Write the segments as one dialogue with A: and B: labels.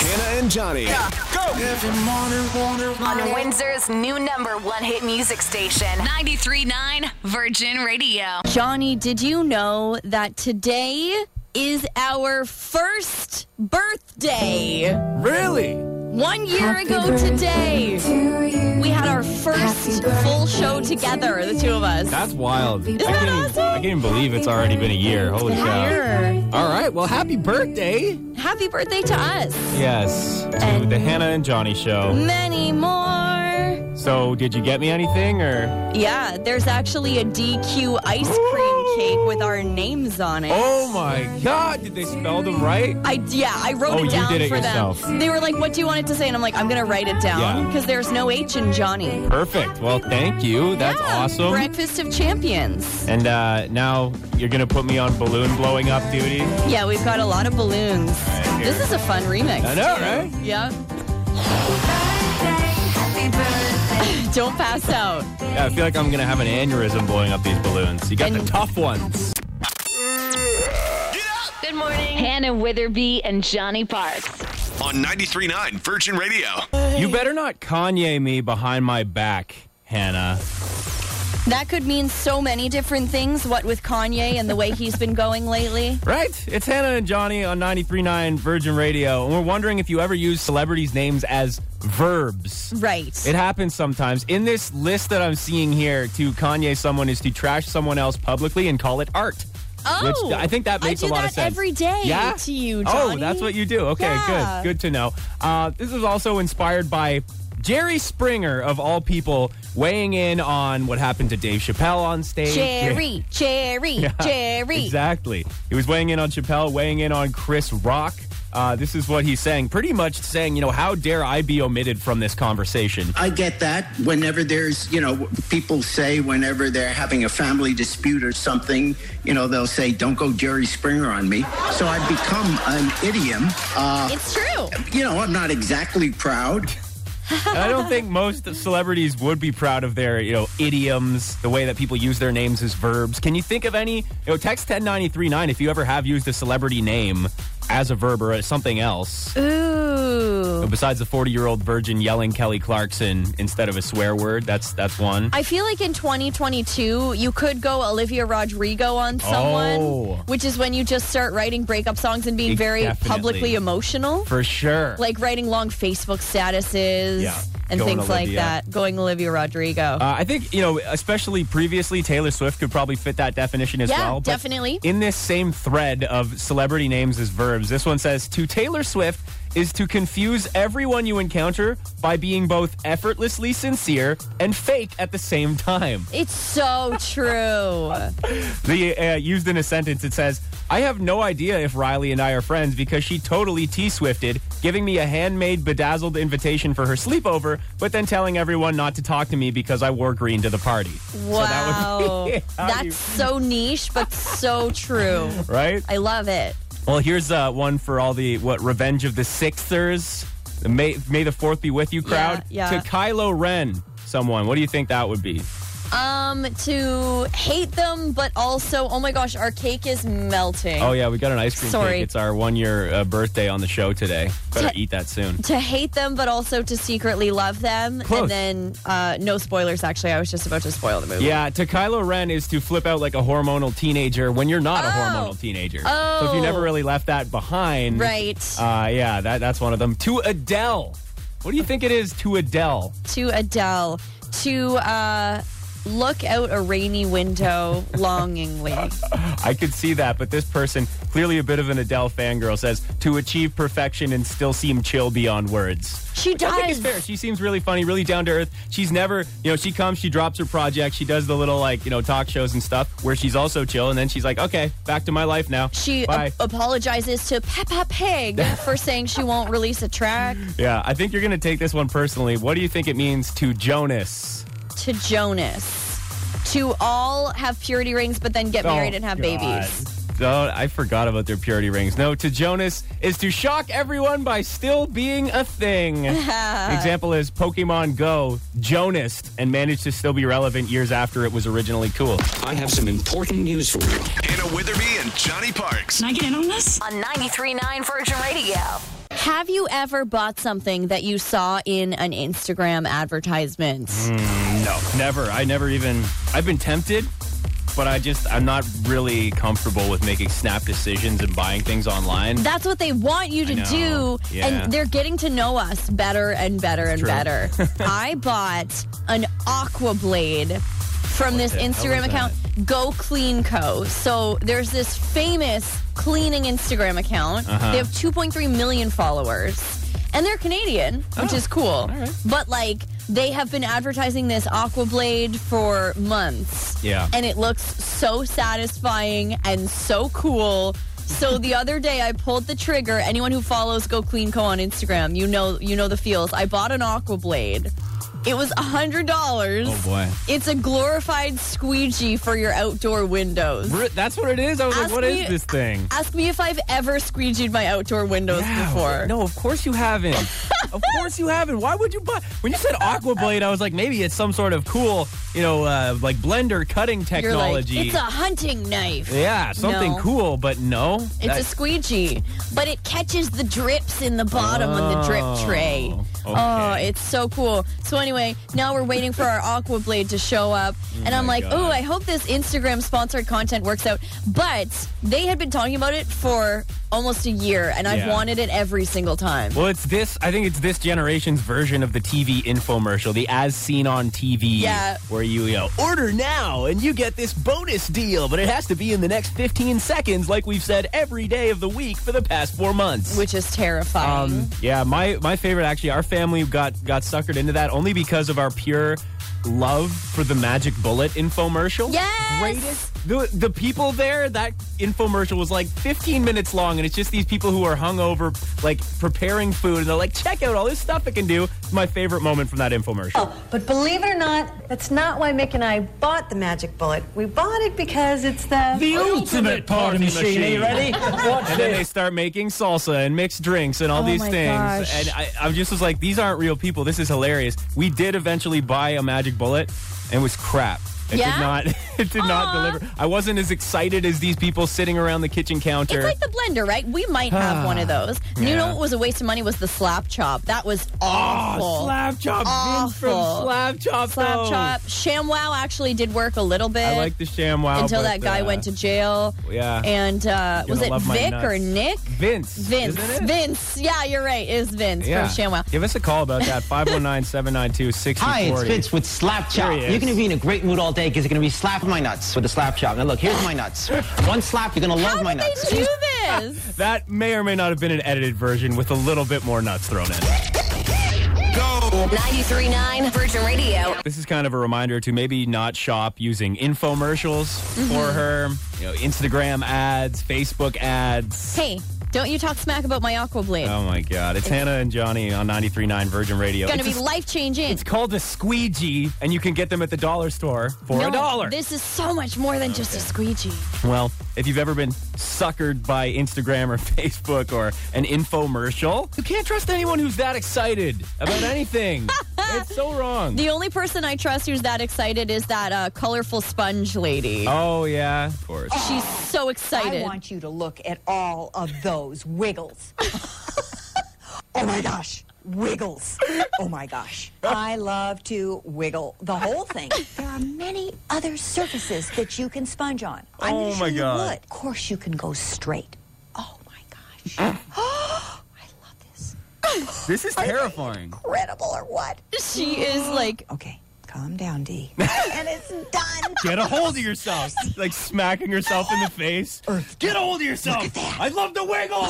A: Hannah and Johnny.
B: on Windsor's new number one hit music station,
C: 93.9 Virgin Radio.
D: Johnny, did you know that today is our first birthday?
E: Really?
D: One year ago today, we had our first full show together, the two of us.
E: That's wild.
D: Isn't
E: I
D: that
E: can't,
D: awesome?
E: I can't even believe it's already been a year. Holy cow.
D: Year.
E: All right. Well, happy birthday.
D: Happy birthday to us.
E: Yes. To
D: And-
E: the Hannah and Johnny show.
D: Many more.
E: So, did you get me anything or?
D: Yeah, there's actually a DQ ice cream cake with our names on it.
E: Oh my God! Did they spell them right?
D: I yeah, I wrote
E: Oh,
D: it
E: you
D: down
E: did it
D: for
E: yourself.
D: them. They were like, "What do you want it to say?" And I'm like, "I'm gonna write it down
E: Yeah.
D: because there's no H in Johnny."
E: Perfect. Well, thank you. That's
D: Yeah,
E: awesome.
D: Breakfast of Champions.
E: And uh, now you're gonna put me on balloon blowing up duty.
D: Yeah, we've got a lot of balloons.
E: here.
D: This is a fun remix.
E: I know, right?
D: Yeah. Don't pass out.
E: Yeah, I feel like I'm gonna have an aneurysm blowing up these balloons. You got the
D: And-
E: tough ones.
B: Good morning.
C: Hannah Witherby and Johnny Parks.
A: On 93.9 Virgin Radio.
E: You better not Kanye me behind my back, Hannah.
D: That could mean so many different things. What with Kanye and the way he's been going lately.
E: Right? It's Hannah and Johnny on 93.9 Virgin Radio, and we're wondering if you ever use celebrities' names as verbs.
D: Right.
E: It happens sometimes. In this list that I'm seeing here, to Kanye someone is to trash someone else publicly and call it art.
D: oh,
E: Which I think that makes
D: I
E: a
D: do
E: lot
D: that
E: of sense.
D: every day
E: yeah?
D: to you.
E: Oh,
D: Johnny.
E: that's what you do. Okay,
D: Yeah.
E: good. Good to know. Uh, this is also inspired by Jerry Springer, of all people, weighing in on what happened to Dave Chappelle on stage.
D: Jerry, Jerry, Jerry.
E: Exactly. He was weighing in on Chappelle, weighing in on Chris Rock. Uh, this is what he's saying. Pretty much saying, you know, how dare I be omitted from this conversation?
F: I get that whenever there's, you know, people say whenever they're having a family dispute or something, you know, they'll say, don't go Jerry Springer on me. So I've become an idiom. Uh,
D: It's true.
F: you know, I'm not exactly proud.
E: And I don't think most celebrities would be proud of their, you know, idioms, the way that people use their names as verbs. Can you think of any? You know, text 10939 if you ever have used a celebrity name as a verb or as something else.
D: Ooh.
E: Besides the 40-year-old virgin yelling Kelly Clarkson instead of a swear word, that's that's one.
D: I feel like in 2022, you could go Olivia Rodrigo on someone,
E: Oh.
D: which is when you just start writing breakup songs and being
E: It-
D: very
E: definitely.
D: publicly emotional.
E: For sure.
D: like writing long Facebook statuses
E: Yeah.
D: and
E: Going
D: things like
E: Olivia.
D: that. Going Olivia Rodrigo.
E: Uh, I think, you know, especially previously, Taylor Swift could probably fit that definition as
D: Yeah,
E: well. but
D: definitely.
E: In this same thread of celebrity names as verbs, this one says to Taylor Swift is to confuse everyone you encounter by being both effortlessly sincere and fake at the same time.
D: it's so true.
E: The uh, used in a sentence, it says, "I have no idea if Riley and I are friends because she totally T-swifted, giving me a handmade bedazzled invitation for her sleepover, but then telling everyone not to talk to me because I wore green to the party." So that would
D: Wow.
E: be how
D: That's
E: you-
D: so niche, but so true.
E: right?
D: I love it.
E: Well, here's uh, one for all the what Revenge of the Sixers, the May May the Fourth be with you crowd
D: Yeah, yeah.
E: to Kylo Ren. Someone, what do you think that would be?
D: Um, to hate them, but also, oh my gosh, our cake is melting.
E: Oh yeah, we got an ice cream
D: Sorry.
E: cake. It's our one year uh, birthday on the show today. Better
D: Te-
E: eat that soon.
D: To hate them, but also to secretly love them.
E: Close.
D: And then, uh, no spoilers, actually. I was just about to spoil the movie.
E: Yeah, to Kylo Ren is to flip out like a hormonal teenager when you're not a
D: Oh.
E: hormonal teenager. So if you
D: Oh.
E: never really left that behind,
D: Right.
E: Uh, yeah, that, that's one of them. To Adele, what do you think it is to Adele?
D: to Adele to uh, look out a rainy window longingly.
E: I could see that, but this person, clearly a bit of an Adele fangirl, says to achieve perfection and still seem chill beyond words.
D: She
E: Which I think is
D: does.
E: fair. She seems really funny, really down to earth. She's never, you know, she comes, she drops her project, she does the little like, you know, talk shows and stuff where she's also chill, and then she's like, okay, back to my life now.
D: She
E: Bye.
D: ap- apologizes to Peppa Pig for saying she won't release a track
E: Yeah, I think you're going to take this one personally. What do you think it means to Jonas?
D: to Jonas. To all have purity rings, but then get married and have babies.
E: Oh, I forgot about their purity rings. No, to Jonas is to shock everyone by still being a thing. Example is Pokemon Go, Jonas, and managed to still be relevant years after it was originally cool.
G: I have some important news for you.
A: Hannah Witherby and Johnny Parks.
H: Can I get in on this?
B: on 93.9 Virgin Radio.
D: Have you ever bought something that you saw in an Instagram advertisement?
E: No, never. I never even. I've been tempted, but I just I'm not really comfortable with making snap decisions and buying things online.
D: That's what they want you to
E: I know.
D: do.
E: Yeah.
D: And they're getting to know us better and better and
E: true.
D: better. I bought an aqua blade from this
E: the hell is
D: Instagram
E: that?
D: account, Go Clean Co. So there's this famous cleaning Instagram account.
E: Uh-huh.
D: They have 2.3 million followers. And they're Canadian,
E: Oh,
D: which is cool. But like they have been advertising this aqua blade for months.
E: Yeah.
D: And it looks so satisfying and so cool. So the other day I pulled the trigger. Anyone who follows Go Clean Co on Instagram, you know you know the feels. I bought an aqua blade. It was $100.
E: Oh, boy.
D: It's a glorified squeegee for your outdoor windows.
E: Re- That's what it is. I was like,
D: Ask
E: what is
D: me-
E: this thing?
D: Ask me if I've ever squeegeed my outdoor windows
E: Yeah,
D: before.
E: No, of course you haven't. of course you haven't. Why would you buy? When you said Aquablade, I was like, maybe it's some sort of cool, you know, uh, like blender cutting
D: You're like,
E: technology.
D: it's a hunting knife.
E: yeah, something
D: No.
E: cool, but no.
D: It's
E: That-
D: a squeegee, but it catches the drips in the bottom on the drip tray.
E: Oh,
D: Oh,
E: okay.
D: it's so cool. So anyway, now we're waiting for our aqua blade to show up, and I'm
E: my
D: like,
E: God.
D: oh, I hope this Instagram sponsored content works out. But they had been talking about it for almost a year, and I've
E: Yeah.
D: wanted it every single time.
E: well, it's this. I think it's this generation's version of the TV infomercial, the as seen on TV,
D: Yeah.
E: where you, you know, order now and you get this bonus deal, but it has to be in the next 15 seconds, like we've said every day of the week for the past four months.
D: Which is terrifying.
E: Um, Yeah, my my favorite actually. Our family got got suckered into that only because of our pure love for the Magic Bullet infomercial.
D: Yes!
E: greatest. The the people there. That infomercial was like 15 minutes long, and it's just these people who are hungover, like preparing food, and they're like, check out all this stuff it can do. My favorite moment from that infomercial.
H: But believe it or not, that's not why Mick and I bought the magic bullet. We bought it because it's the
I: The ultimate party machine. Are you ready? Watch
E: And then they start making salsa and mixed drinks and all
D: Oh
E: these
D: my
E: things.
D: gosh.
E: And I, I just was like, these aren't real people. This is hilarious. We did eventually buy a magic bullet and it was crap. It
D: Yeah?
E: did not it did not
D: Aw.
E: deliver. I wasn't as excited as these people sitting around the kitchen counter.
D: It's like the blender, right? We might have one of those. You know
E: Ah, Yeah.
D: what was a waste of money was the slap chop. That was awful.
E: Oh, Slap Chop Vince
D: Awful.
E: from Slap Chop.
D: Slap
E: though.
D: chop. ShamWow actually did work a little bit.
E: I like the sham wow.
D: until
E: but,
D: that guy
E: uh,
D: went to jail.
E: yeah.
D: And uh, was it
E: love my
D: Vic
E: nuts.
D: or Nick?
E: Vince.
D: Vince.
E: isn't it?
D: Vince. Yeah, you're right. It was Vince
E: Yeah.
D: from ShamWow.
E: Give us a call about that. 519 792
J: Hi, it's Fitz with Slap Chop.
E: Here he is.
J: You're going to be in a great mood all day because you're going to be slapping my nuts with the Slap Chop. Now, look, here's my nuts. One slap, you're going to
D: How
J: love
D: did
J: my nuts.
D: they do this?
E: That may or may not have been an edited version with a little bit more nuts thrown in.
B: 939 Virgin Radio.
E: This is kind of a reminder to maybe not shop using infomercials
D: Mm-hmm.
E: for her, you know, Instagram ads, Facebook ads.
D: hey, don't you talk smack about my aqua blade.
E: Oh my God. It's Hannah and Johnny on 93.9 Virgin Radio.
D: Gonna
E: It's
D: be
E: a-
D: life changing.
E: it's called a squeegee, and you can get them at the dollar store for a dollar.
D: This is so much more than just a squeegee.
E: well, if you've ever been suckered by Instagram or Facebook or an infomercial, you can't trust anyone who's that excited about anything. it's so wrong.
D: The only person I trust who's that excited is that uh, colorful sponge lady.
E: oh, yeah. Of course.
D: She's so excited.
H: I want you to look at all of those wiggles. oh my gosh, wiggles. Oh my gosh. I love to wiggle the whole thing. There are many other surfaces that you can sponge on. I'm gonna
E: Oh,
H: show
E: my
H: you
E: God.
H: Wood. Of course, you can go straight. Oh my gosh. I love this.
E: This is terrifying.
H: Incredible or what?
D: she is like,
H: Okay, calm down, D. and it's done.
E: Get a hold of yourself. like smacking herself in the face. Get a hold of yourself. I love the wiggle.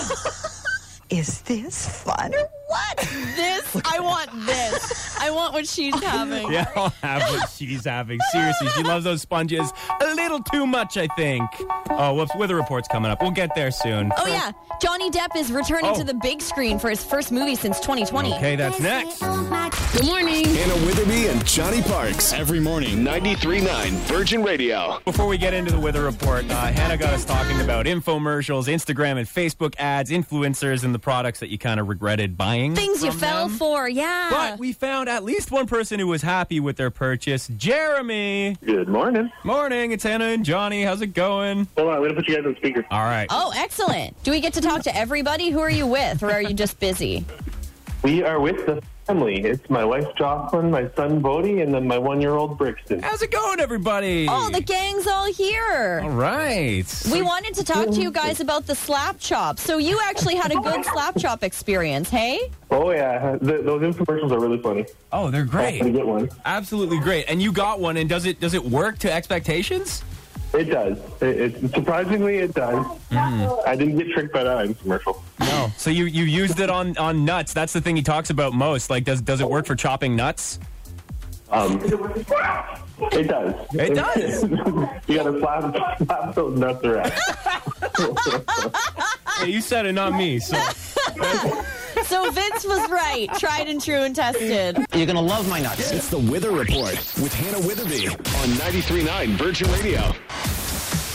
H: Is this fun or what?
D: this, I want this. I want what she's having.
E: yeah, I'll have what she's having. Seriously, she loves those sponges a little too much, I think. Oh, whoops. Weather report's coming up. We'll get there soon.
D: Oh yeah, Johnny Depp is returning
E: Oh.
D: to the big screen for his first movie since 2020.
E: Okay, that's next.
C: Good morning.
A: Anna Witherby and Johnny Parks. Every morning. 93.9 Virgin Radio.
E: Before we get into the weather report, uh, Hannah got us talking about infomercials, Instagram and Facebook ads, influencers, and the products that you kind of regretted buying. thing. uh.
D: Things you
E: from
D: fell
E: them.
D: for, yeah.
E: But we found at least one person who was happy with their purchase. Jeremy.
K: Good morning.
E: Morning, it's Hannah and Johnny. How's it going?
K: Hold on, I'm gonna put you guys on speaker.
E: All right.
D: oh, excellent. Do we get to talk to everybody? Who are you with, or are you just busy?
K: We are with the family. It's my wife Jocelyn, my son Bodie, and then my one-year-old Brixton.
E: How's it going, everybody?
D: Oh, the gang's all here.
E: All right.
D: We wanted to talk to you guys about the slap chop. So you actually had a good slap chop experience, hey?
K: Oh yeah, Th those infomercials are really funny.
E: Oh, they're
K: I
E: great.
K: get one.
E: Absolutely great. And you got one and does it does it work to expectations?
K: It does. It, it, surprisingly, it does. I didn't get tricked by that infomercial.
E: No. So you you used it on on nuts. That's the thing he talks about most. Like does does it work for chopping nuts?
K: Um, it does.
E: Mm-hmm. It does.
K: you gotta slap, slap those nuts around.
E: Hey, you said it, not me. So
D: So Vince was right. Tried and true and tested.
J: You're gonna love my nuts.
A: It's the Wither Report with Hannah Witherby on 93.9 Virgin Radio.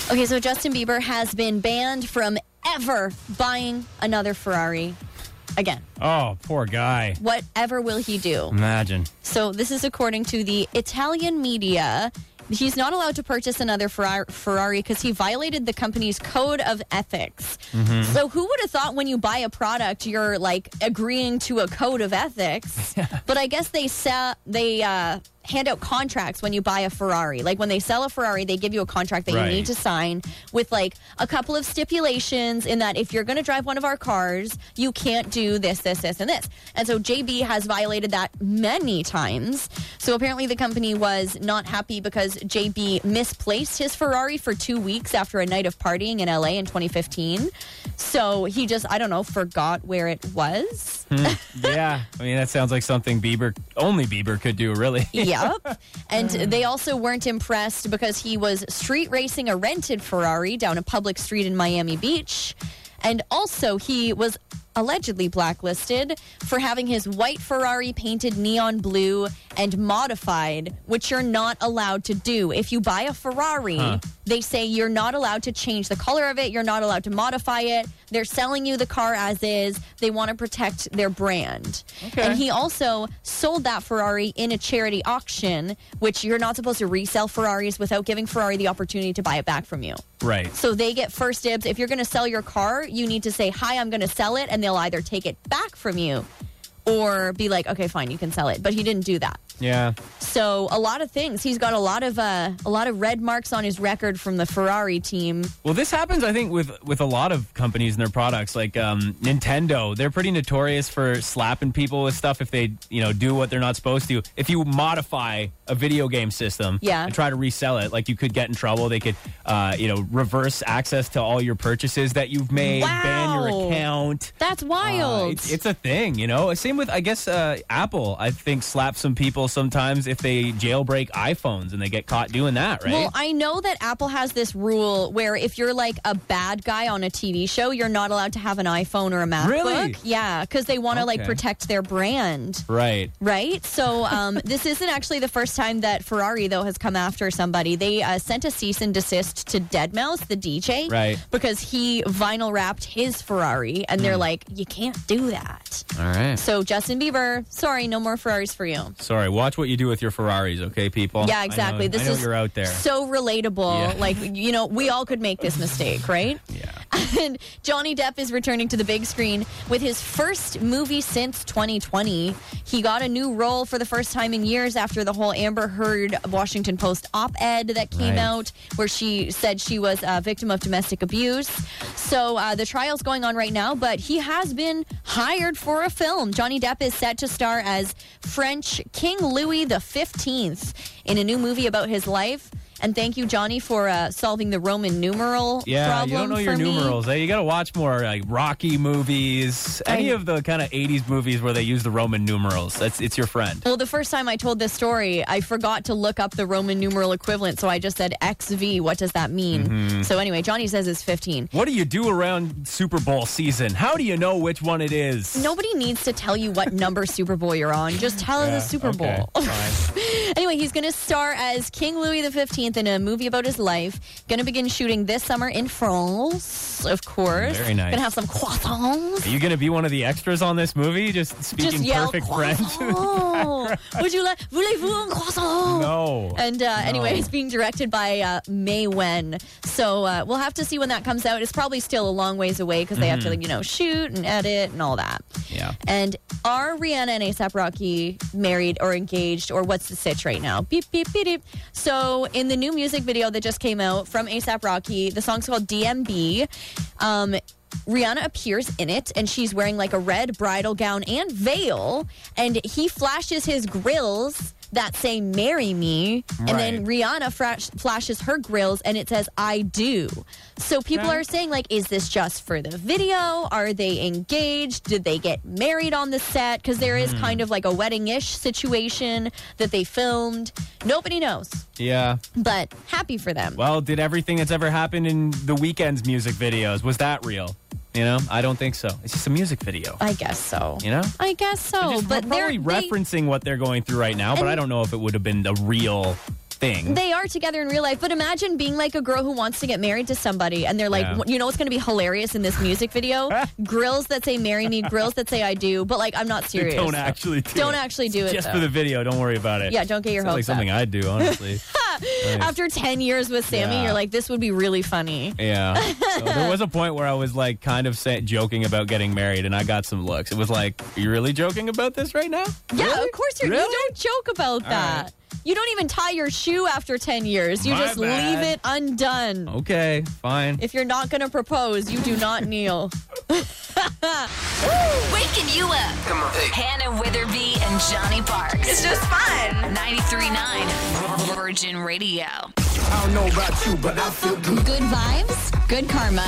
D: Okay, so Justin Bieber has been banned from ever buying another Ferrari again.
E: Oh, poor guy.
D: Whatever will he do?
E: Imagine.
D: So this is according to the Italian media. He's not allowed to purchase another Ferrar- Ferrari because he violated the company's code of ethics. So who would have thought when you buy a product you're like agreeing to a code of ethics? but I guess they sell they uh, hand out contracts when you buy a Ferrari. Like when they sell a Ferrari, they give you a contract that
E: Right.
D: you need to sign with like a couple of stipulations in that if you're going to drive one of our cars, you can't do this, this, this, and this. And so JB has violated that many times. So apparently the company was not happy because JB misplaced his Ferrari for two weeks after a night of partying in LA in 2015. So he just, I don't know, forgot where it was.
E: Yeah. I mean, that sounds like something Bieber only Bieber could do, really.
D: yep. And they also weren't impressed because he was street racing a rented Ferrari down a public street in Miami Beach. And also, he was allegedly blacklisted for having his white Ferrari painted neon blue and modified, which you're not allowed to do. If you buy a Ferrari, they say you're not allowed to change the color of it, you're not allowed to modify it. They're selling you the car as is, they want to protect their brand. And he also sold that Ferrari in a charity auction, which you're not supposed to resell Ferraris without giving Ferrari the opportunity to buy it back from you.
E: Right.
D: So they get first dibs. If you're going to sell your car, you need to say, Hi, I'm going to sell it. And they'll either take it back from you or be like, Okay, fine, you can sell it. But he didn't do that.
E: Yeah.
D: So a lot of things. He's got a lot of uh, a lot of red marks on his record from the Ferrari team.
E: Well, this happens, I think, with with a lot of companies and their products. Like um, Nintendo, they're pretty notorious for slapping people with stuff if they, you know, do what they're not supposed to. If you modify a video game system,
D: Yeah.
E: and try to resell it, like you could get in trouble. They could, uh, you know, reverse access to all your purchases that you've made, ban your
D: Wow.
E: account.
D: That's
E: Uh,
D: wild.
E: it's, it's a thing, you know. Same with, I guess, uh, Apple. I think slaps some people sometimes if they jailbreak iPhones and they get caught doing that, right?
D: Well, I know that Apple has this rule where if you're like a bad guy on a TV show, you're not allowed to have an iPhone or a MacBook.
E: Really?
D: Yeah, because they want to like
E: Okay.
D: protect their brand.
E: right.
D: Right? So, um, this isn't actually the first time that Ferrari, though, has come after somebody. They uh, sent a cease and desist to Deadmau5, the DJ,
E: Right.
D: because he vinyl wrapped his Ferrari, and they're
E: Hmm.
D: like, you can't do that.
E: All right.
D: So, Justin Bieber, sorry, no more Ferraris for you.
E: Sorry, watch what you do with your Ferraris, okay, people?
D: Yeah, exactly.
E: I know,
D: this
E: I know
D: is
E: you're out there.
D: so
E: Yeah.
D: relatable. Like, you know, we all could make this mistake, right?
E: yeah.
D: And Johnny Depp is returning to the big screen with his first movie since 2020. He got a new role for the first time in years after the whole Amber Heard Washington Post op ed that came
E: Right.
D: out, where she said she was a victim of domestic abuse. So uh, the trial's going on right now, but he has been hired for a film. Johnny Depp is set to star as French King Louis XV in a new movie about his life. And thank you, Johnny, for uh, solving the Roman numeral
E: Yeah,
D: problem.
E: you don't know your
D: for me.
E: numerals. eh? You got to watch more like Rocky movies, any
D: I-
E: of the kind of 80s movies where they use the Roman numerals. That's it's your friend.
D: Well, the first time I told this story, I forgot to look up the Roman numeral equivalent, so I just said XV. What does that mean?
E: Mm-hmm.
D: So anyway, Johnny says it's 15.
E: What do you do around Super Bowl season? How do you know which one it is?
D: Nobody needs to tell you what number Super Bowl you're on. Just tell us the Super
E: okay,
D: Bowl. anyway, he's going to star as King Louis XV 16th in a movie about his life. Going to begin shooting this summer in France, of course.
E: Very nice.
D: Going to have some croissants.
E: Are you going to be one of the extras on this movie? Just speaking
D: Just yell
E: perfect French?
D: croissant. Would you like voulez-vous un croissant?
E: No.
D: And uh, anyway,
E: No.
D: it's being directed by uh, May Wen. So uh, we'll have to see when that comes out. It's probably still a long ways away because they have to,
E: Mhm.
D: you know, shoot and edit and all that.
E: Yeah.
D: And are Rihanna and ASAP Rocky married or engaged or what's the sitch right now? Beep, beep, beep, beep. So in the new music video that just came out from ASAP Rocky, the song's called DMB. Um, Rihanna appears in it and she's wearing like a red bridal gown and veil. And he flashes his grills that say, Marry Me. And then Rihanna flash- flashes her grills and it says, I do. So people
L: Okay.
D: are saying, like, is this just for the video? Are they engaged? Did they get married on the set? Because there is
E: Hmm.
D: kind of like a wedding ish situation that they filmed. Nobody knows,
E: Yeah.
D: but happy for them.
E: Well, did everything that's ever happened in the weekend's music videos, was that real? You know, I don't think so. It's just a music video.
D: I guess so.
E: You know?
D: I guess so, Oh, but they're
E: Probably referencing what they're going through right now, but
D: And-
E: I don't know if it would have been the real thing.
D: They are together in real life, but imagine being like a girl who wants to get married to somebody, and they're like,
E: Yeah.
D: "W- you know what's going to be hilarious in this music video? grills that say "marry me," grills that say "I do," but like I'm not
E: They
D: serious.
E: don't actually do
D: Don't
E: it.
D: actually do it.
E: Just
D: though.
E: for the video, don't worry about it.
D: Yeah, don't get your
E: Sounds like
D: hopes up.
E: something I'd do, honestly. Nice.
D: After ten years with Sammy,
E: Yeah.
D: you're like, this would be really funny.
E: Yeah. So there was a point where I was like kind of sa- joking about getting married, and I got some looks. It was like, are you really joking about this right now?
D: Yeah, of course you're,
E: Really?
D: you don't joke about
E: All
D: that. You don't even tie your shoe after ten years. You
E: My bad.
D: just leave it undone.
E: Okay, fine.
D: If you're not going to propose, you do not kneel.
C: Waking you up. Come on. Hannah Witherby and Johnny Parks.
B: It's just fun.
C: 93.9 Virgin Radio.
M: I don't know about you, but I feel good.
C: Good vibes, good karma.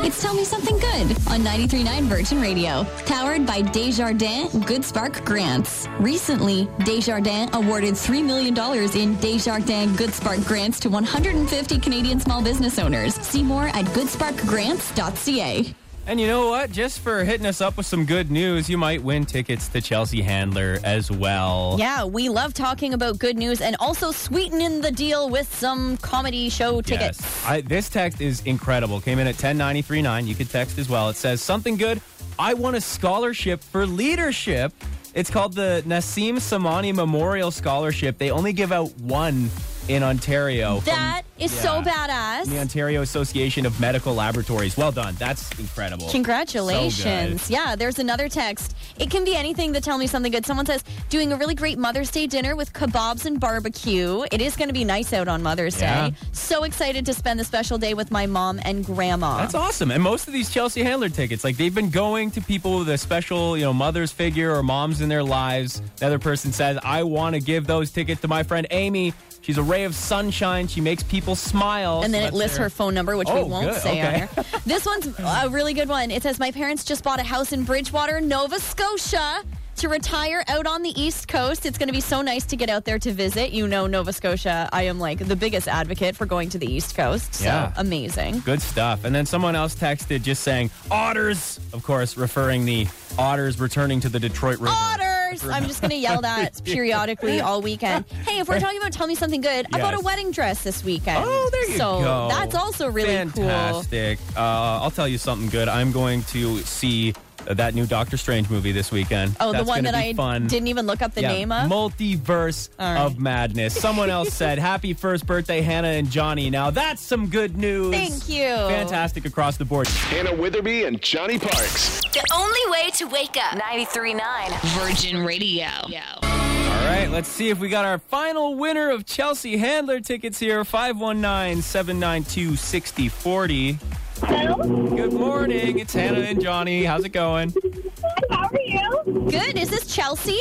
L: It's Tell Me Something Good on 93.9 Virgin Radio. Powered by Desjardins Good Spark Grants. Recently, Desjardins awarded $3 million in Desjardins Good Spark Grants to 150 Canadian small business owners. See more at goodsparkgrants.ca.
E: And you know what? Just for hitting us up with some good news, you might win tickets to Chelsea Handler as well.
D: Yeah, we love talking about good news and also sweetening the deal with some comedy show tickets.
E: Yes. I, this text is incredible. Came in at 10939. You could text as well. It says something good. I won a scholarship for leadership. It's called the Nassim Samani Memorial Scholarship. They only give out one in Ontario. from
D: That is so badass.
E: the Ontario Association of Medical Laboratories. Well done. That's incredible.
D: Congratulations.
E: So good.
D: yeah, there's another text. It can be anything to tell me something good. Someone says, doing a really great Mother's Day dinner with kebabs and barbecue. It is going to be nice out on Mother's
E: Yeah.
D: Day. So excited to spend the special day with my mom and grandma.
E: That's awesome. And most of these Chelsea Handler tickets, like they've been going to people with a special, you know, mother's figure or moms in their lives. Another person says, I want to give those tickets to my friend Amy. She's a ray of sunshine. She makes people smile.
D: And then
E: So
D: it
E: that's
D: lists
E: their-
D: her phone number, which
E: Oh,
D: we won't
E: good.
D: say on
E: Okay.
D: here. This one's a really good one. It says, My parents just bought a house in Bridgewater, Nova Scotia to retire out on the East Coast. It's going to be so nice to get out there to visit. You know, Nova Scotia, I am like the biggest advocate for going to the East Coast. So
E: Yeah.
D: amazing.
E: Good stuff. And then someone else texted just saying, Otters! Of course, referring the Otters returning to the Detroit River.
D: Otters! I'm just going to yell that periodically all weekend. Hey, if we're talking about tell me something good, I bought a
E: Yes.
D: wedding dress this weekend. Oh, there you so
E: go.
D: that's also really cool.
E: Fantastic. Uh, I'll tell you something good. I'm going to see uh, that new Doctor Strange movie this weekend.
D: Oh,
E: That's
D: the one
E: gonna
D: that
E: be
D: I
E: fun.
D: didn't even look up the
E: Yeah,
D: name of?
E: Multiverse
D: All right.
E: of Madness. Someone else said, Happy first birthday, Hannah and Johnny. Now, that's some good news.
B: Thank you.
E: Fantastic across the board.
A: Hannah Witherby and Johnny Parks.
B: The only way to wake up. 93.9
C: Virgin Radio.
E: All right, let's see if we got our final winner of Chelsea Handler tickets here 519 792 6040. Hello. Good morning. It's Hannah and Johnny. How's it going?
D: How are you? Good. Is this Chelsea?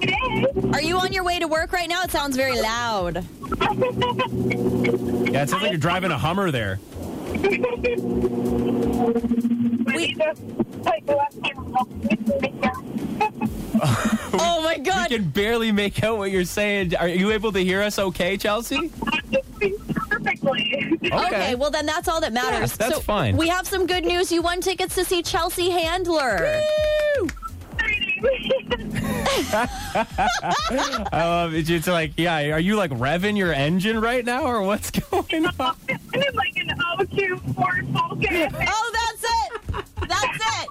D: It is. Are you on your way to work right now? It sounds very loud.
E: Yeah, it sounds like you're driving a Hummer there.
D: oh my god.
E: We can barely make out what you're saying. Are you able to hear us okay, Chelsea?
D: Perfectly. Okay.
E: Okay.
D: well then that's all that matters.
E: Yes, that's fine.
D: We have some good news. You won tickets to see Chelsea Handler.
E: I love it. Um, It's like, yeah, are you like revving your engine right now, or what's going on?
N: It's like an 02 Ford Falcon.
D: Oh, that's it. That's it.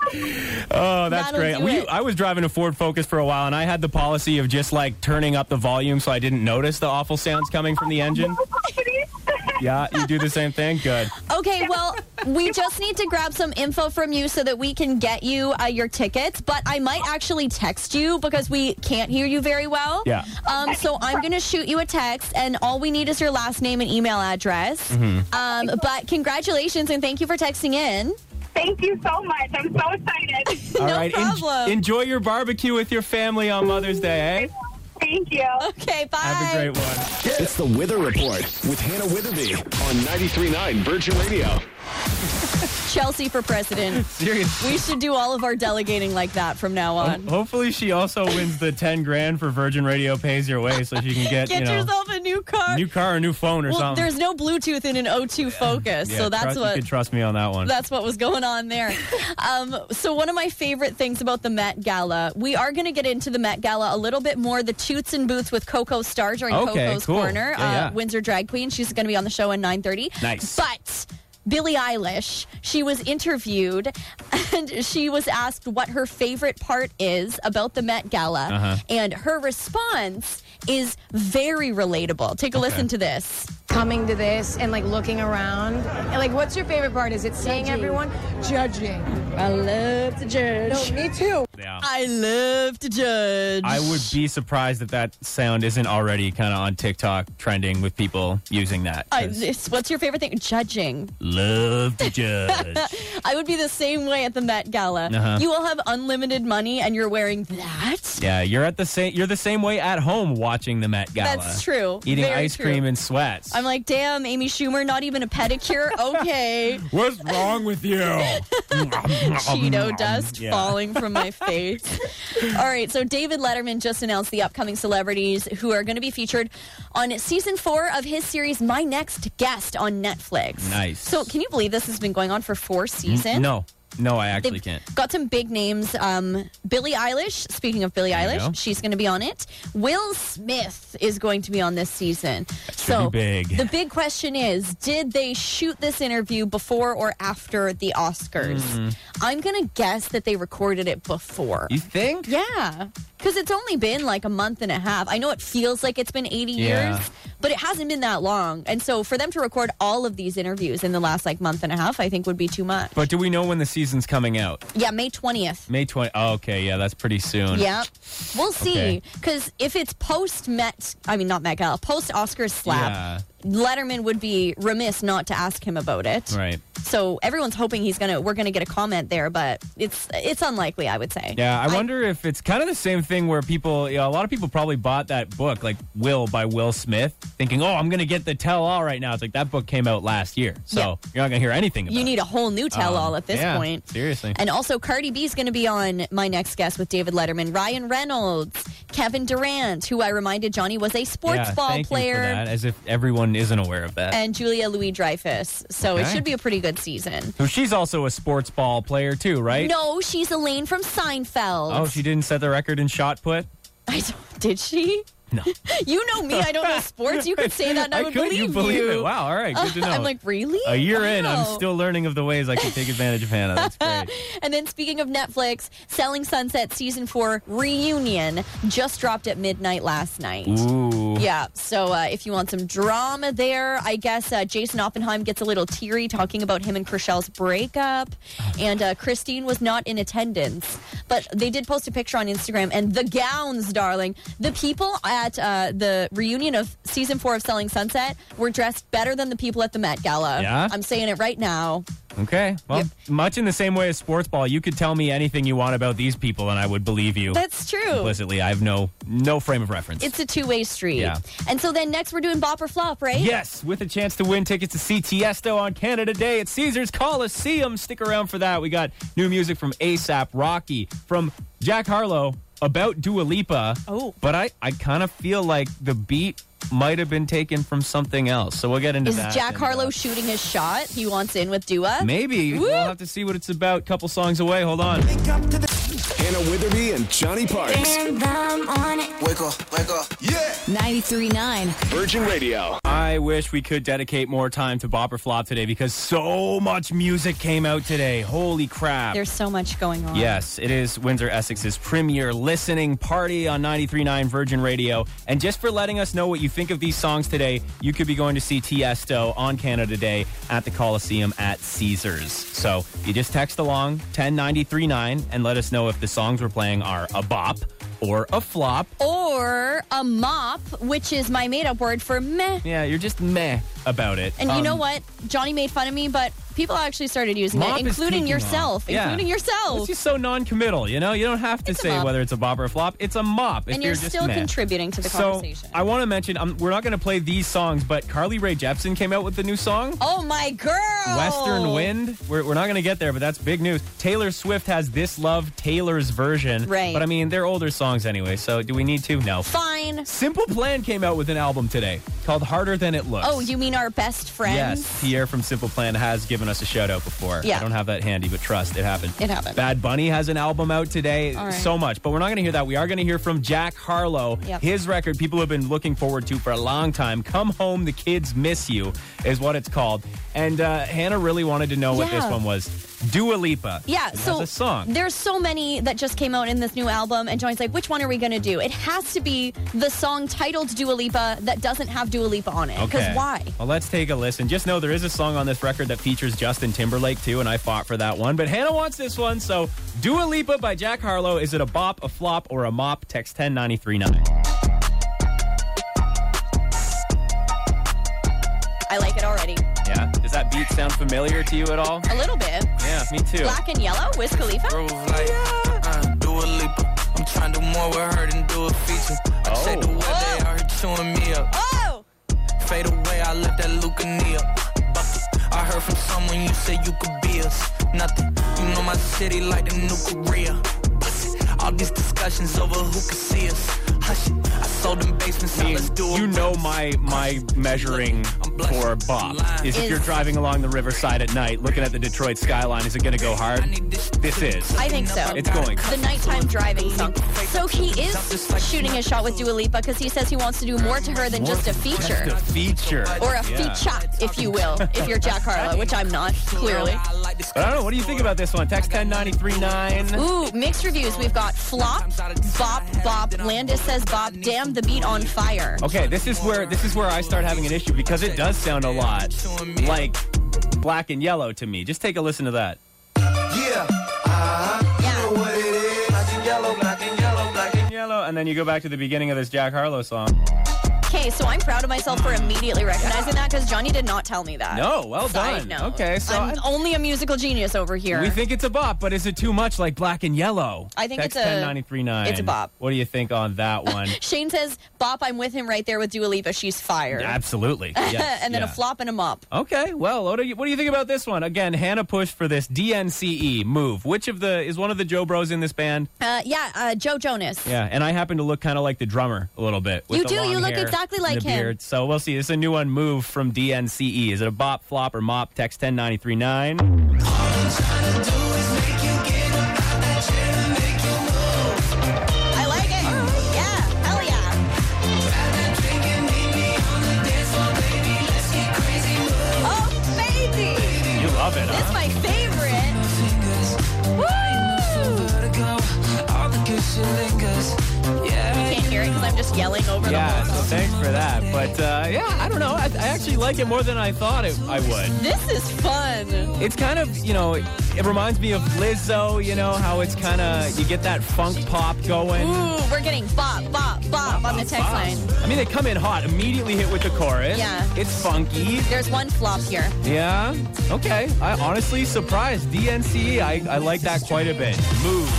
E: Oh, that's
D: That'll
E: great.
D: do
E: We,
D: it.
E: I was driving a Ford Focus for a while, and I had the policy of just like turning up the volume so I didn't notice the awful sounds coming from the engine. Yeah, you do the same thing. Good.
D: Okay, well, we just need to grab some info from you so that we can get you uh, your tickets. But I might actually text you because we can't hear you very well.
E: Yeah.
D: Um, so I'm going to shoot you a text, and all we need is your last name and email address.
E: Mhm.
D: Um, but congratulations and thank you for texting in.
N: Thank you so much. I'm so excited.
E: All right, en- enjoy your barbecue with your family on Mother's Day. Eh?
N: Thank you.
D: Okay, bye.
E: Have a great one.
A: It's the Wither Report with Hannah Witherby on 93.9 Virgin Radio.
D: Chelsea for president.
E: Seriously.
D: We should do all of our delegating like that from now on.
E: Ho- Hopefully, she also wins the ten grand for Virgin Radio pays your way, so she can get,
D: Get
E: you know
D: yourself a new car.
E: new car, or new phone, or
D: well,
E: something.
D: there's no Bluetooth in an O2 Focus,
E: Yeah,
D: so that's
E: trust,
D: what
E: you can trust me on that one.
D: That's what was going on there. um, so one of my favorite things about the Met Gala, we are going to get into the Met Gala a little bit more. The toots and boots with Coco Star during
O: Okay,
D: Coco's
O: cool.
D: Corner,
O: Yeah, yeah.
D: Uh, Windsor drag queen. She's going to be on the show at nine thirty.
O: Nice.
D: but. Billie Eilish, she was interviewed and she was asked what her favorite part is about the Met Gala.
O: Uh-huh.
D: And her response is very relatable. Take a listen to this.
P: coming to this and like looking around. And, like, what's your favorite part? Is it seeing everyone? Judging. I love to judge. No, me too.
E: Yeah.
D: I love to judge.
E: I would be surprised if that sound isn't already kind of on TikTok trending with people using that.
D: I, this, what's your favorite thing? Judging.
E: Love to judge.
D: I would be the same way at the Met Gala.
E: Uh-huh.
D: You will have unlimited money, and you're wearing that.
E: yeah, you're at the same. You're the same way at home watching the Met Gala.
D: That's true.
E: Eating
D: Very
E: ice
D: true.
E: cream and sweats.
D: I'm like, damn, Amy Schumer, not even a pedicure. Okay.
E: What's wrong with you?
D: Cheeto dust
E: um, Yeah.
D: falling from my face. All right, so David Letterman just announced the upcoming celebrities who are going to be featured on season four of his series My Next Guest on Netflix.
E: Nice.
D: So, can you believe this has been going on for four
E: N-
D: seasons?
E: No, no, I actually can't.
D: Got some big names. Um, Billie Eilish. Speaking of Billie
E: you go.
D: Eilish, she's going to be on it. Will Smith is going to be on this season. so
E: be big.
D: The big question is: Did they shoot this interview before or after the Oscars?
E: Mm.
D: I'm going to guess that they recorded it before.
E: You think?
D: Yeah, because it's only been like a month and a half. I know it feels like it's been 80
E: Yeah.
D: years, but it hasn't been that long. And so for them to record all of these interviews in the last like month and a half, I think would be too much.
E: But do we know when the season's coming out?
D: Yeah, May 20th.
E: May 20. Oh, okay, yeah, that's pretty soon.
D: Yeah. We'll see.
E: Okay.
D: Because if it's post Met, I mean, not Met Gala, post Oscar slap,
E: Yeah.
D: Letterman would be remiss not to ask him about it.
E: Right.
D: So everyone's hoping he's going to, we're going to get a comment there, but it's it's unlikely, I would say.
E: Yeah, I wonder if it's kind of the same thing where people, you know, a lot of people probably bought that book, like Will by Will Smith, thinking, oh, I'm going to get the tell all right now. It's like that book came out last year. So
D: Yeah.
E: you're not going to hear anything about
D: You need a whole new
E: it.
D: tell all
E: Um,
D: at this
E: yeah,
D: point.
E: Seriously.
D: And also, Cardi B is going to be on my next guest with David Letterman, Ryan Reynolds, Kevin Durant, who I reminded Johnny was a sports
E: Yeah,
D: ball
E: thank you for
D: player.
E: that, as if everyone isn't aware of that.
D: and Julia Louis Dreyfus. So it
E: Okay.
D: should be a pretty good season.
E: so she's also a sports ball player, too, right?
D: No, she's Elaine from Seinfeld.
E: Oh, she didn't set the record in shot put?
D: I don't, did she?
E: No.
D: you know me. I don't know sports. You could say that, and I, would
E: could,
D: believe
E: you. believe it. Wow, all right, good to know.
D: I'm like, really?
E: A year in, I'm
D: Wow.
E: still learning of the ways I can take advantage of Hannah. That's great.
D: And then speaking of Netflix, Selling Sunset season four reunion just dropped at midnight last night.
E: Ooh.
D: Yeah, so uh, if you want some drama there, I guess uh, Jason Oppenheim gets a little teary talking about him and Chriselle's breakup. And uh, Christine was not in attendance, but they did post a picture on Instagram and the gowns, darling. The people at uh, the reunion of season four of Selling Sunset were dressed better than the people at the Met Gala.
E: Yeah?
D: I'm saying it right now.
E: Okay. Well, much in the same way as sports ball, you could tell me anything you want about these people, and I would believe you.
D: That's true.
E: Implicitly, I have no no frame of reference.
D: It's a two way street.
E: Yeah.
D: And so then next we're doing Bop or Flop, right?
E: Yes, with a chance to win tickets to CTS though on Canada Day at Caesars Coliseum. Stick around for that. We got new music from ASAP Rocky, from Jack Harlow about Dua Lipa. Oh, but I I kind of feel like the beat might have been taken from something else. So we'll get into
D: Is
E: that.
D: Jack
E: and, uh,
D: Harlow shooting his shot? He wants in with Dua?
E: Maybe
D: Woo!
E: we'll have to see what it's about. Couple songs away. Hold on.
A: Hannah Hannah Witherby and Johnny Parks. Wake up, wake up. Yeah.
L: 93.9.
A: Virgin Radio.
E: I wish we could dedicate more time to Bop or Flop today because so much music came out today. Holy crap.
D: There's so much going on.
E: Yes, it is Windsor Essex's premier listening party on 93.9 Virgin Radio. And just for letting us know what you think of these songs today, you could be going to see Tiesto on Canada Day at the Coliseum at Caesars. So you just text along 10939 and let us know if the songs we're playing are a bop or a flop.
D: Or a mop, which is my made up word for meh.
E: Yeah, you're just meh about it.
D: And you
E: Um,
D: know what? Johnny made fun of me, but people actually started using
E: Mop
D: it,
E: is
D: including
E: taking
D: yourself.
E: off. Yeah.
D: Including yourself.
E: It's just so non-committal, you know. You don't have to
D: It's a
E: say
D: mop.
E: whether it's a bop or a flop. It's a mop. if
D: and you're
E: just
D: still
E: meh.
D: contributing to the
E: so
D: conversation.
E: I want to mention um, we're not going to play these songs, but Carly Rae Jepsen came out with the new song
D: Oh my girl!
E: "Western Wind." We're, we're not going to get there, but that's big news. Taylor Swift has "This Love" Taylor's version,
D: Right.
E: But I mean, they're older songs anyway, so do we need to? No.
D: Fine.
E: Simple Plan came out with an album today called "Harder Than It Looks."
D: Oh, you mean our best friend?
E: Yes, Pierre from Simple Plan has given us a shout out before.
D: Yeah.
E: I don't have that handy, but trust it happened.
D: It happened.
E: Bad Bunny has an album out today.
D: All right.
E: So much, but we're not going to hear that. We are going to hear from Jack Harlow.
D: Yep.
E: His record people have been looking forward to for a long time. Come home, the kids miss you is what it's called. And uh, Hannah really wanted to know what
D: Yeah.
E: this one was. Dua Lipa.
D: Yeah,
E: It
D: so
E: has a song.
D: there's so many that just came out in this new album, and Johnny's like, which one are we going to do? It has to be the song titled Dua Lipa that doesn't have Dua Lipa on it. Because
E: Okay.
D: why?
E: Well, let's take a listen. Just know there is a song on this record that features Justin Timberlake too, and I fought for that one. But Hannah wants this one, so Dua Lipa by Jack Harlow. Is it a bop, a flop, or a mop? Text ten ninety three nine.
D: I like it already.
E: Yeah. Does that beat sound familiar to you at all?
D: A little bit.
E: Yeah, me too.
D: Black and yellow, Wiz Khalifa.
O: like I'm Dua Lipa. I'm trying to do more with her than do a feature. I check the way they are her chewing me up.
D: Oh.
O: Fade away, I left that Luca Neal. Bucket. I heard from someone you said you could be us. Nothing. You know my city like the new Korea. Bust it. All these discussions over who can see us. Hush it. I sold them basements, so let's do it.
E: You know my my measuring for bop is if
O: Is-
E: you're driving along the riverside at night, looking at the Detroit skyline. Is it going to go hard? This is.
D: I think so.
E: It's going.
D: The nighttime driving song. So he is shooting a shot with Dua Lipa because he says he wants to do more to her than just a feature.
E: Just a feature.
D: Or a
E: Yeah.
D: feature, if you will, if you're Jack Harlow, which I'm not, clearly.
E: But I don't know. What do you think about this one? Text ten ninety three nine.
D: Ooh, mixed reviews. We've got flop, bop, bop. Landis says bop. Damn, the beat on fire.
E: Okay, this is where this is where I start having an issue because it does sound a lot like black and yellow to me. Just take a listen to that.
M: Yeah. Uh-huh. You know what it is. Black and yellow, black and yellow, black and
E: Yellow, and then you go back to the beginning of this Jack Harlow song.
D: Okay, so I'm proud of myself for immediately recognizing that because Johnny did not tell me that.
E: No, well done.
D: Side note.
E: Okay, so
D: I'm only a musical genius over here.
E: We think it's a bop, but is it too much like black and yellow?
D: I think
E: Text
D: it's a-
E: 10939.
D: it's a bop.
E: What do you think on that one?
D: Shane says, Bop, I'm with him right there with Dua Lipa. She's fire.
E: Absolutely. Yes,
D: and then a
E: yeah.
D: flop and a mop.
E: Okay, well, what do you what do you think about this one? Again, Hannah pushed for this DNCE E move. Which of the is one of the Joe Bros in this band?
D: Uh, yeah, uh, Joe Jonas.
E: Yeah, and I happen to look kind of like the drummer a little bit. with
D: You
E: the
D: do,
E: long
D: you look
E: hair
D: exactly
E: and
D: like
E: the
D: him.
E: Beard. So we'll see. It's a new one, move from DNCE. E. Is it a bop, flop, or mop? Text ten ninety three nine.
D: I like it.
E: Uh-huh.
D: Yeah, hell yeah. Oh, baby.
E: You love it,
D: That's
E: huh?
D: my favorite. You can't hear it because I'm just yelling over
E: Yeah,
D: the
E: so
D: whole song.
E: thanks for that. But uh, yeah, I don't know. I, I actually like it more than I thought it, I would.
D: This is fun.
E: It's kind of, you know, it, it reminds me of Lizzo, you know, how it's kind of, you get that funk pop going.
D: Ooh, we're getting bop, bop, bop on the text line.
E: I mean, they come in hot, immediately hit with the chorus.
D: Yeah.
E: It's funky.
D: There's one flop here.
E: Yeah. Okay. I honestly surprised. DNCE, E, I, I like that quite a bit. Move.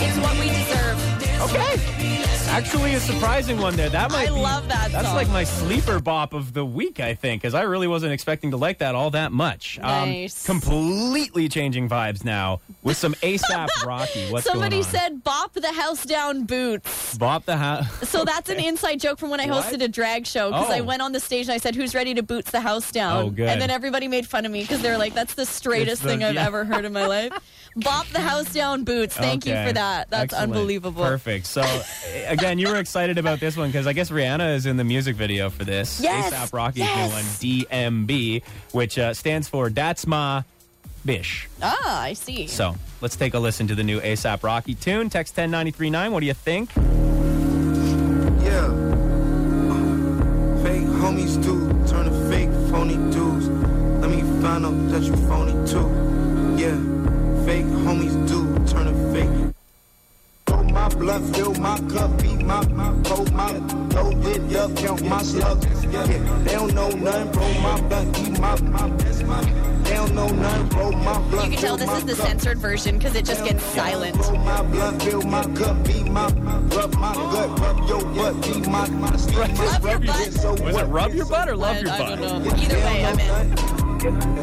D: It's what we deserve.
E: Okay. Actually, a surprising one there. That might.
D: I
E: be-
D: love that
E: That's
D: song.
E: like my sleeper bop of the week, I think, because I really wasn't expecting to like that all that much. Um,
D: Nice.
E: completely changing vibes now with some ASAP Rocky. What's
D: Somebody
E: going on?
D: said bop the house down boots.
E: bop the house.
D: So that's an inside joke from when I hosted a drag show because
E: Oh.
D: I went on the stage and I said, "Who's ready to boots the house down?"
E: Oh, good.
D: And then everybody made fun of me because they were like, "That's the straightest
E: It's the-
D: thing I've
E: yeah.
D: ever heard in my life." Bop the house down boots. Thank you
E: Okay.
D: for that. That's
E: Excellent.
D: unbelievable.
E: Perfect. So, again, you were excited about this one because I guess Rihanna is in the music video for this.
D: Yes.
E: ASAP Rocky's
D: Yes.
E: new one, DMB, which uh, stands for That's My Bish.
D: Ah, I see.
E: So, let's take a listen to the new ASAP Rocky tune. Text 10939. What do you think?
Q: Yeah. Fake homies do turn to fake phony dudes. Let me find out that you phony too. Yeah. Fake homies do turn to fake. Roll my blunt, fill my cup, beat my my hold my load it up, count my slugs. Yeah, they don't know nothing, roll my blunt, eat my my that's my. They don't know nothing, roll my blunt.
D: You can tell this
Q: fill
D: is
Q: my
D: the
Q: cup.
D: censored version because it just gets silent.
Q: Roll my blunt, fill my cup, beat my rub my gut, rub your butt, beat my my
D: Rub your butt.
Q: So
E: Was it
Q: what?
E: rub your butt or love your
Q: I
E: butt?
Q: don't Either way, I'm in.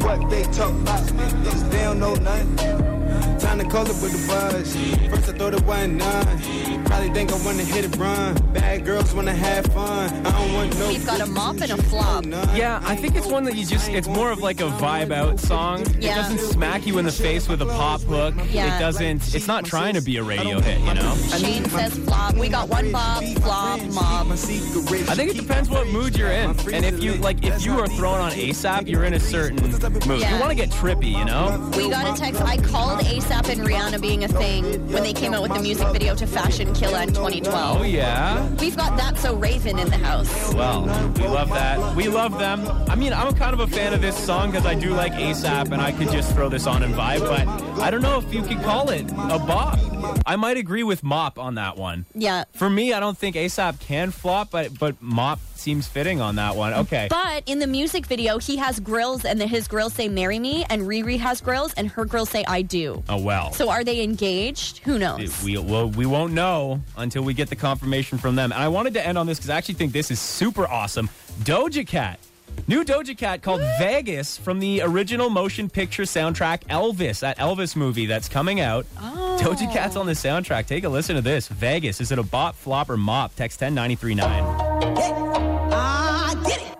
Q: What they talk about, niggas, they don't know nothing. Time to call it with the buzz. First I throw the one nine. Probably think I wanna hit it run. Bad girls wanna have fun. I don't want no.
D: We've got a mop and a flop.
E: Yeah, I think it's one that you just, it's more of like a vibe out song. It
D: Yeah.
E: doesn't smack you in the face with a pop hook.
D: Yeah.
E: It doesn't, it's not trying to be a radio hit, you know?
D: Shane says flop. We got one bop, flop, mob.
E: I think it depends what mood you're in, and if you like, if you are thrown on ASAP, you're in a certain mood.
D: Yeah.
E: You want to get trippy, you know?
D: We got a text. I called ASAP and Rihanna being a thing when they came out with the music video to Fashion Killa in 2012.
E: Oh yeah.
D: We've got that so Raven in the house.
E: Well, we love that. We love them. I mean, I'm kind of a fan of this song because I do like ASAP, and I could just throw this on and vibe. But I don't know if you could call it a bop. I might agree with Mop on that one.
D: Yeah.
E: For me, I don't think ASAP can flop, but but Mop seems fitting on that one. Okay.
D: But in the music video, he has grills and the, his grills say marry me and Riri has grills and her grills say I do.
E: Oh well.
D: So are they engaged? Who knows?
E: It- We, well, we won't know until we get the confirmation from them. And I wanted to end on this because I actually think this is super awesome. Doja Cat. New Doja Cat called Vegas from the original motion picture soundtrack Elvis, that Elvis movie that's coming out. Doja Cat's on the soundtrack. Take a listen to this. Vegas. Is it a bop, flop, or mop? Text 10939.
M: I get it.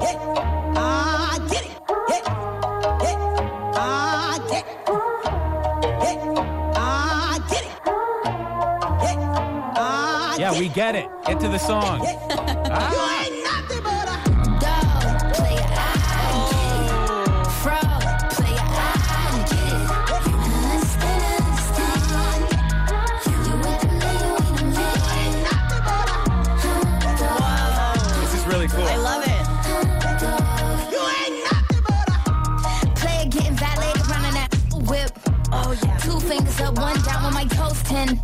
M: Yeah, I get it. Yeah, yeah, I get it. Yeah, I get it. Yeah, I
E: Yeah, we get it. Get to the song.
M: You ain't nothing but a
E: This is really cool.
M: I love it. You ain't nothing but
R: Player getting violated, running that whip. Oh yeah. Two fingers up, one down with my toes ten.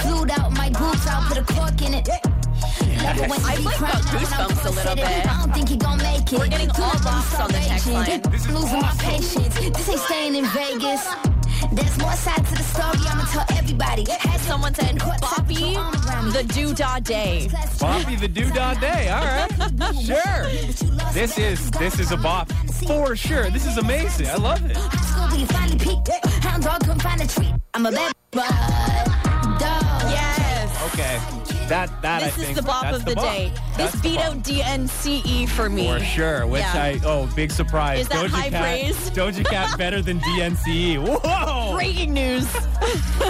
R: Flued out my boots out, put a cork in it. Love it when
D: I
R: you
D: like
R: cry,
D: got
R: now when I'm
D: goosebumps a
R: considered.
D: little bit.
R: I don't think he gon' make it.
D: We're getting
R: Do
D: all
R: not
D: bops
R: be
D: on the text
R: salvation.
D: line.
R: Losing my patience. This ain't staying in Vegas. There's more side to the story. I'ma tell everybody. Had
D: Someone said Bobby the Doo Dah Day.
E: Bobby the Doodah Day. All right. Sure. This is this is a bop for sure. This is amazing. I love it.
R: High school, but you finally peaked. Hound dog couldn't find a treat. I'm a bad boy. Dog.
D: Yes.
E: Okay. That that I
D: This
E: think
D: is the bop
E: that's
D: of the,
E: bop.
D: day.
E: That's
D: this
E: the
D: beat
E: bop.
D: out DNCE E for me.
E: For sure, which
D: Yeah.
E: I oh big surprise.
D: Is that
E: Doja
D: high
E: Cat,
D: praise?
E: Doja Cat better than DNCE. E. Whoa!
D: Breaking news.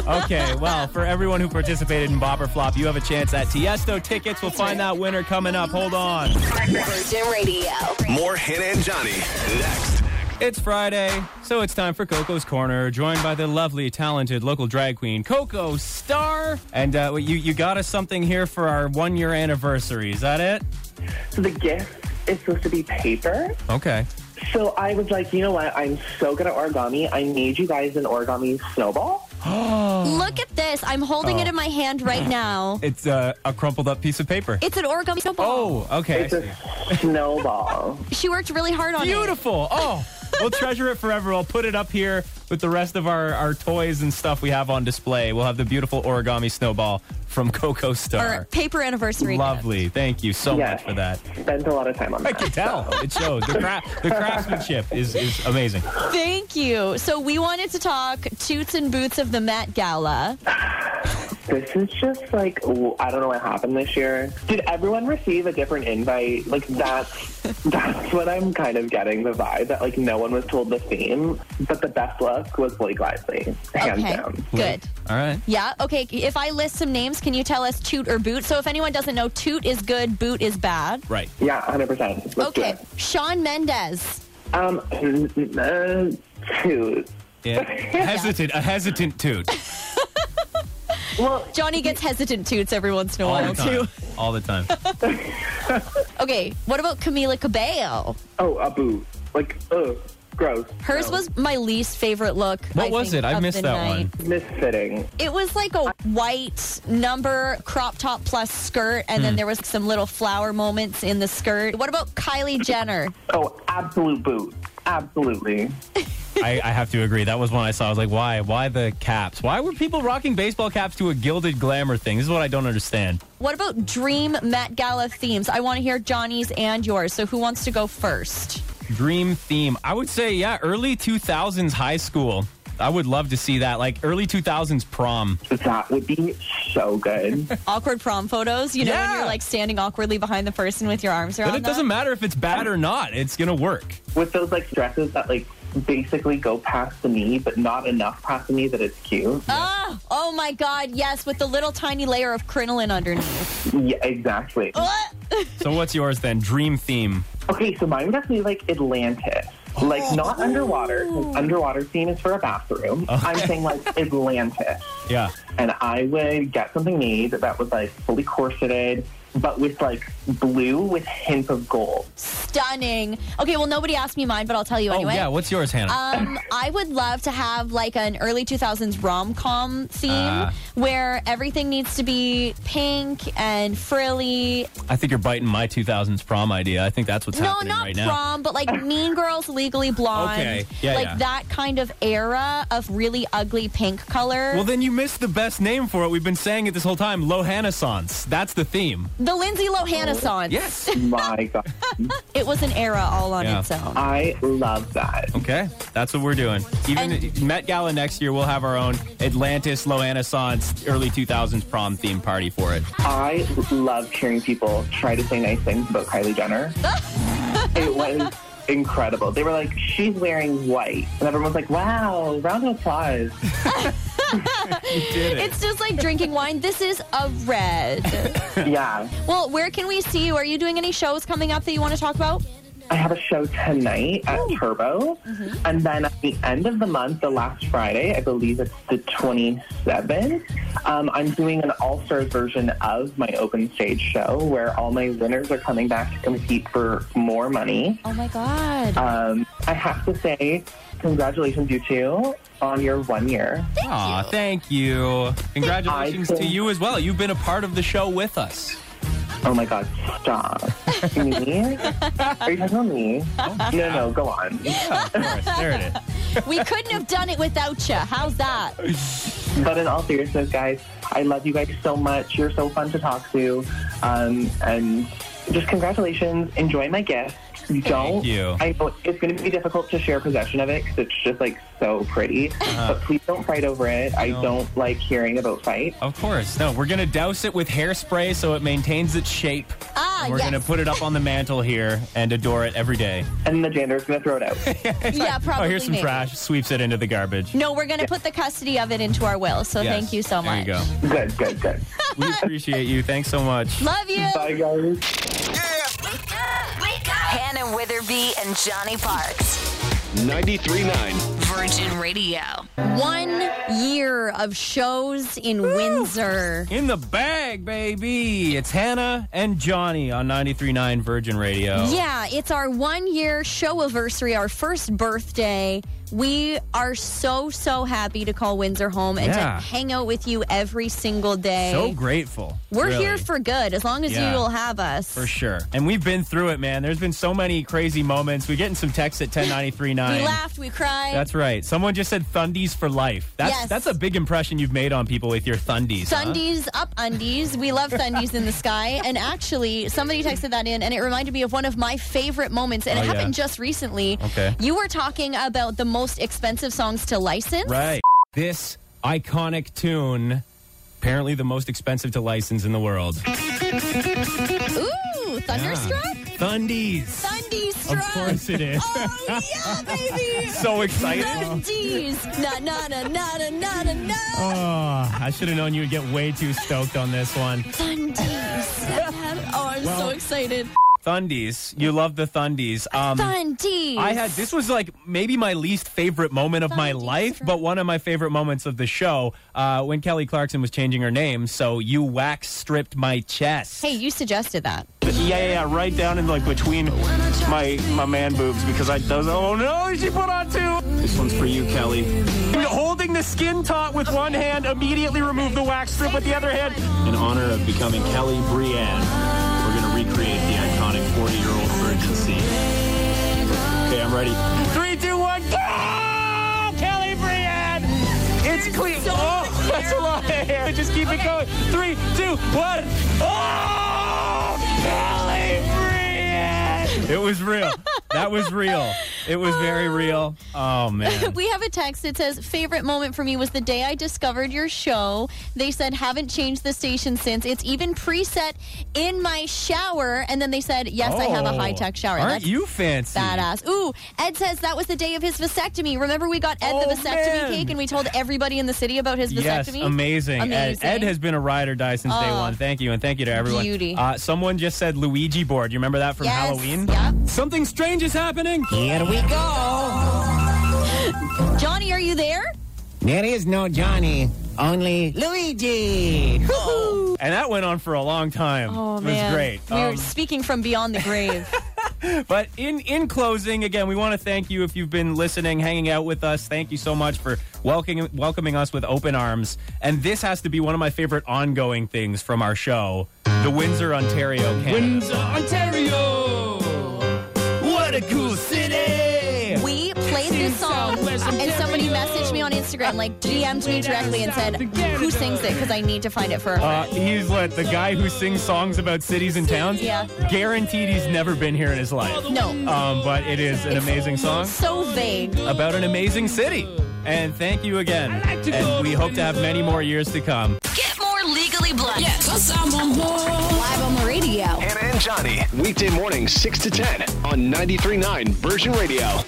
E: Okay, well, for everyone who participated in Bop or Flop, you have a chance at Tiesto tickets. We'll find that winner coming up. Hold on.
B: Virgin Radio.
A: More Hannah and Johnny next.
E: It's Friday, so it's time for Coco's Corner, joined by the lovely, talented local drag queen, Coco Star. And uh, you, you got us something here for our one year anniversary. Is that it?
S: So the gift is supposed to be paper.
E: Okay.
S: So I was like, you know what? I'm so good at origami. I made you guys an origami snowball.
D: Look at this. I'm holding
E: Oh.
D: it in my hand right now.
E: It's uh, a crumpled up piece of paper.
D: It's an origami snowball.
E: Oh, okay.
S: It's a snowball.
D: She worked really hard on it.
E: Beautiful. Oh, we'll treasure it forever. I'll put it up here with the rest of our, our toys and stuff we have on display. We'll have the beautiful origami snowball from Coco Star.
D: Our paper anniversary.
E: Lovely. Thank you so
D: Yes.
E: much for that.
S: Spent a lot of time on
E: that. I can tell. It shows. The, cra- the craftsmanship is, is amazing.
D: Thank you. So we wanted to talk toots and boots of the Met Gala.
S: This is just like w- I don't know what happened this year. Did everyone receive a different invite? Like that's that's what I'm kind of getting the vibe that like no one was told the theme, but the best look was Blake Lively, hands
D: Okay.
S: down.
D: Good.
E: All right.
D: Yeah. Okay. If I list some names, can you tell us toot or boot? So if anyone doesn't know, toot is good, boot is bad.
E: Right.
S: Yeah, 100%. Let's do
D: okay.
S: it.
D: Sean Mendez.
S: Um, uh, toot.
E: Yeah. Hesitant, a hesitant toot.
D: Well, Johnny gets hesitant toots every once in a
E: All
D: while
E: the
D: too.
E: time. All the time.
D: Okay. What about Camila Cabello?
S: Oh, a boot. Like, ugh, gross.
D: Hers
S: No.
D: was my least favorite look.
E: What
D: I
E: was
D: think,
E: it? I
D: of
E: missed
D: the
E: that
D: night.
E: one.
S: misfitting.
D: It was like a white number crop top plus skirt, and then
S: Hmm.
D: there was some little flower moments in the skirt. What about Kylie Jenner?
S: Oh, absolute boot. Absolutely.
E: I, I have to agree. That was one I saw. I was like, why? Why the caps? Why were people rocking baseball caps to a gilded glamour thing? This is what I don't understand.
D: What about dream Met Gala themes? I want to hear Johnny's and yours. So who wants to go first?
E: Dream theme. I would say, yeah, early 2000s high school. I would love to see that. Like early 2000s prom.
S: That would be so good.
D: Awkward prom photos, you know, when
E: Yeah.
D: you're like standing awkwardly behind the person with your arms around
E: But it doesn't
D: them.
E: matter if it's bad or not, it's going to work.
S: With those like dresses that like basically go past the knee, but not enough past the knee that it's cute.
D: Ah, oh my God, yes, with the little tiny layer of crinoline underneath.
S: Yeah, exactly.
E: So what's yours then? Dream theme.
S: Okay, so mine would definitely like Atlantis.
J: Oh.
S: Like not underwater.
D: Oh.
S: 'cause Underwater theme is for a bathroom. I'm saying like Atlantis.
E: Yeah.
S: And I would get something made that was like fully corseted, but with like blue with hint of gold.
D: Stunning. Okay, well, nobody asked me mine, but I'll tell you anyway.
E: Oh, yeah. What's yours, Hannah?
D: Um, I would love to have like an early 2000s rom com theme
E: Ah.
D: where everything needs to be pink and frilly.
E: I think you're biting my 2000s prom idea. I think that's what's
D: no,
E: happening
D: not
E: right now.
D: prom, but like Mean Girls, Legally Blonde.
E: Okay. Yeah,
D: like
E: yeah.
D: that kind of era of really ugly pink color.
E: Well, then you missed the best name for it. We've been saying it this whole time. Lohanessance. That's the theme.
D: the Lindsay Lohanessance.
E: Yes.
S: My God.
D: It was an era all on
E: Yeah.
D: its own.
S: I love that.
E: Okay, that's what we're doing. Even Met Gala next year, we'll have our own Atlantis Lohanessance early 2000s prom theme party for it.
S: I love hearing people try to say nice things about Kylie Jenner. it was incredible. They were like, she's wearing white. And everyone's like, wow, round of applause. did it.
D: It's just like drinking wine. This is a red.
S: yeah.
D: well, where can we see you? Are you doing any shows coming up that you want to talk about?
S: I have a show tonight at Turbo. And then at the end of the month, the last Friday, I believe it's the 27th, um, I'm doing an all star version of my open stage show where all my winners are coming back to compete for more money.
D: Oh my God.
S: Um, I have to say, congratulations, you two, on your one year.
E: Aw, thank you. Congratulations
S: I
E: to
S: think-
E: you as well. You've been a part of the show with us.
S: Oh my God, stop. me? Are you talking about me?
E: Oh,
S: No, no, go on.
E: There it is.
D: we couldn't have done it without you. How's that?
S: But in all seriousness, guys, I love you guys so much. You're so fun to talk to. Um, and just congratulations. Enjoy my gift. Don't.
E: you.
S: I know it's going to be difficult to share possession of it because it's just like so pretty. But please don't fight over it. I
E: No.
S: don't like hearing about fight.
E: Of course. No, we're going to douse it with hairspray so it maintains its shape.
D: Ah,
E: And we're
D: yes.
E: going to put it up on the mantle here and adore it every day.
S: And the janitor's going to throw it out.
D: yeah, probably.
E: oh, here's some
D: me.
E: trash. Sweeps it into the garbage.
D: No, we're going to put the custody of it into our will. So
E: Yes.
D: thank you so
E: There you
D: much.
E: go.
S: Good, good, good.
E: We appreciate you. Thanks so much.
D: Love you.
S: Bye, guys.
C: Hannah Witherby and Johnny Parks.
A: 93.9.
C: Virgin Radio.
D: One year of shows in Windsor.
E: In the bag, baby. It's Hannah and Johnny on 93.9 Virgin Radio.
D: Yeah, it's our one year show anniversary, our first birthday. We are so, so happy to call Windsor home and
E: Yeah.
D: to hang out with you every single day.
E: So grateful.
D: We're
E: really.
D: here for good as long as
E: Yeah.
D: you'll have us.
E: For sure. And we've been through it, man. There's been so many crazy moments. We're getting some texts at 10939.
D: We laughed, we cried.
E: That's right. Someone just said thundies for life. That's
D: Yes.
E: that's a big impression you've made on people with your thundies. huh?
D: Sundays up undies. We love Sundays in the sky. And actually, somebody texted that in, and it reminded me of one of my favorite moments. And
E: Oh,
D: it
E: yeah.
D: happened just recently.
E: Okay.
D: You were talking about the most expensive songs to license.
E: Right. This iconic tune, apparently the most expensive to license in the world.
D: Ooh, Thunderstruck?
E: Thundies. Of
D: Thunderstruck.
E: course it is.
D: Oh, yeah, baby.
E: So excited.
D: Thundies. Na, na, na, na, na, na, na, na.
E: Oh, I should have known you would get way too stoked on this one.
D: Thundies. Oh, I'm so
E: Well-
D: excited.
E: Thundies. You love the Thundies. Um,
D: Thundies.
E: I had this was like maybe my least favorite moment of my life, but one of my favorite moments of the show uh, when Kelly Clarkson was changing her name. So you wax stripped my chest.
D: Hey, you suggested that.
E: Yeah, yeah, yeah, right down in like between my my man boobs because I does. Oh no, she put on two. This one's for you, Kelly. holding the skin taut with one hand, immediately remove the wax strip with the other hand. In honor of becoming Kelly Brienne, we're gonna recreate the iconic 40 year old virgin scene. Okay, I'm ready. Three, two, one, go! Kelly Brienne! It's clean. oh, that's a lot of hair. Just keep it going. Three, two, one. Oh, Kelly Brienne! It was real. That was real. It was very real. Oh, man.
D: we have a text that says favorite moment for me was the day i discovered your show they said haven't changed the station since it's even preset in my shower and then they said yes i have a
E: Oh,
D: high-tech shower
E: Aren't
D: That's
E: you fancy?
D: Badass. Ooh, Ed says that was the day of his vasectomy. Remember, we got Ed the vasectomy
E: man.
D: cake and we told everybody in the city about his vasectomy?
E: Yes, amazing. Ed, Ed has been a ride or die since day
D: Oh.
E: one. Thank you, and thank you to everyone.
D: Beauty.
E: Uh, someone just said Luigi board. You remember that from
D: Yes,
E: Halloween?
D: Yep.
E: Something strange is happening. Here we
D: go. Johnny, are you there?
J: There is no Johnny, only Luigi.
E: And that went on for a long time.
D: Oh,
E: Oh. it was
D: man.
E: great.
D: We
E: Um,
D: were speaking from beyond the grave.
E: But in in closing, again, we want to thank you if you've been listening, hanging out with us. Thank you so much for welcoming welcoming us with open arms. And this has to be one of my favorite ongoing things from our show, the Windsor, Ontario. Canada.
I: Windsor, Ontario. What a cool city.
D: We played this song, and somebody messaged me on Instagram, like DM'd me directly, and said, "Who sings it?" Because I need to find it for.
E: Uh, he's what the guy who sings songs about cities and towns.
D: Yeah.
E: guaranteed he's never been here in his life.
D: No.
E: um, but it is an amazing song
D: So vague.
E: about an amazing city. And thank you again. and uh, we hope to have many more years to come.
C: Get more legally blunt.
L: Yeah, 'cause I'm on board.
C: Live on the radio.
A: Hannah and Johnny, weekday morning 6 to 10 on 93.9 Virgin Radio.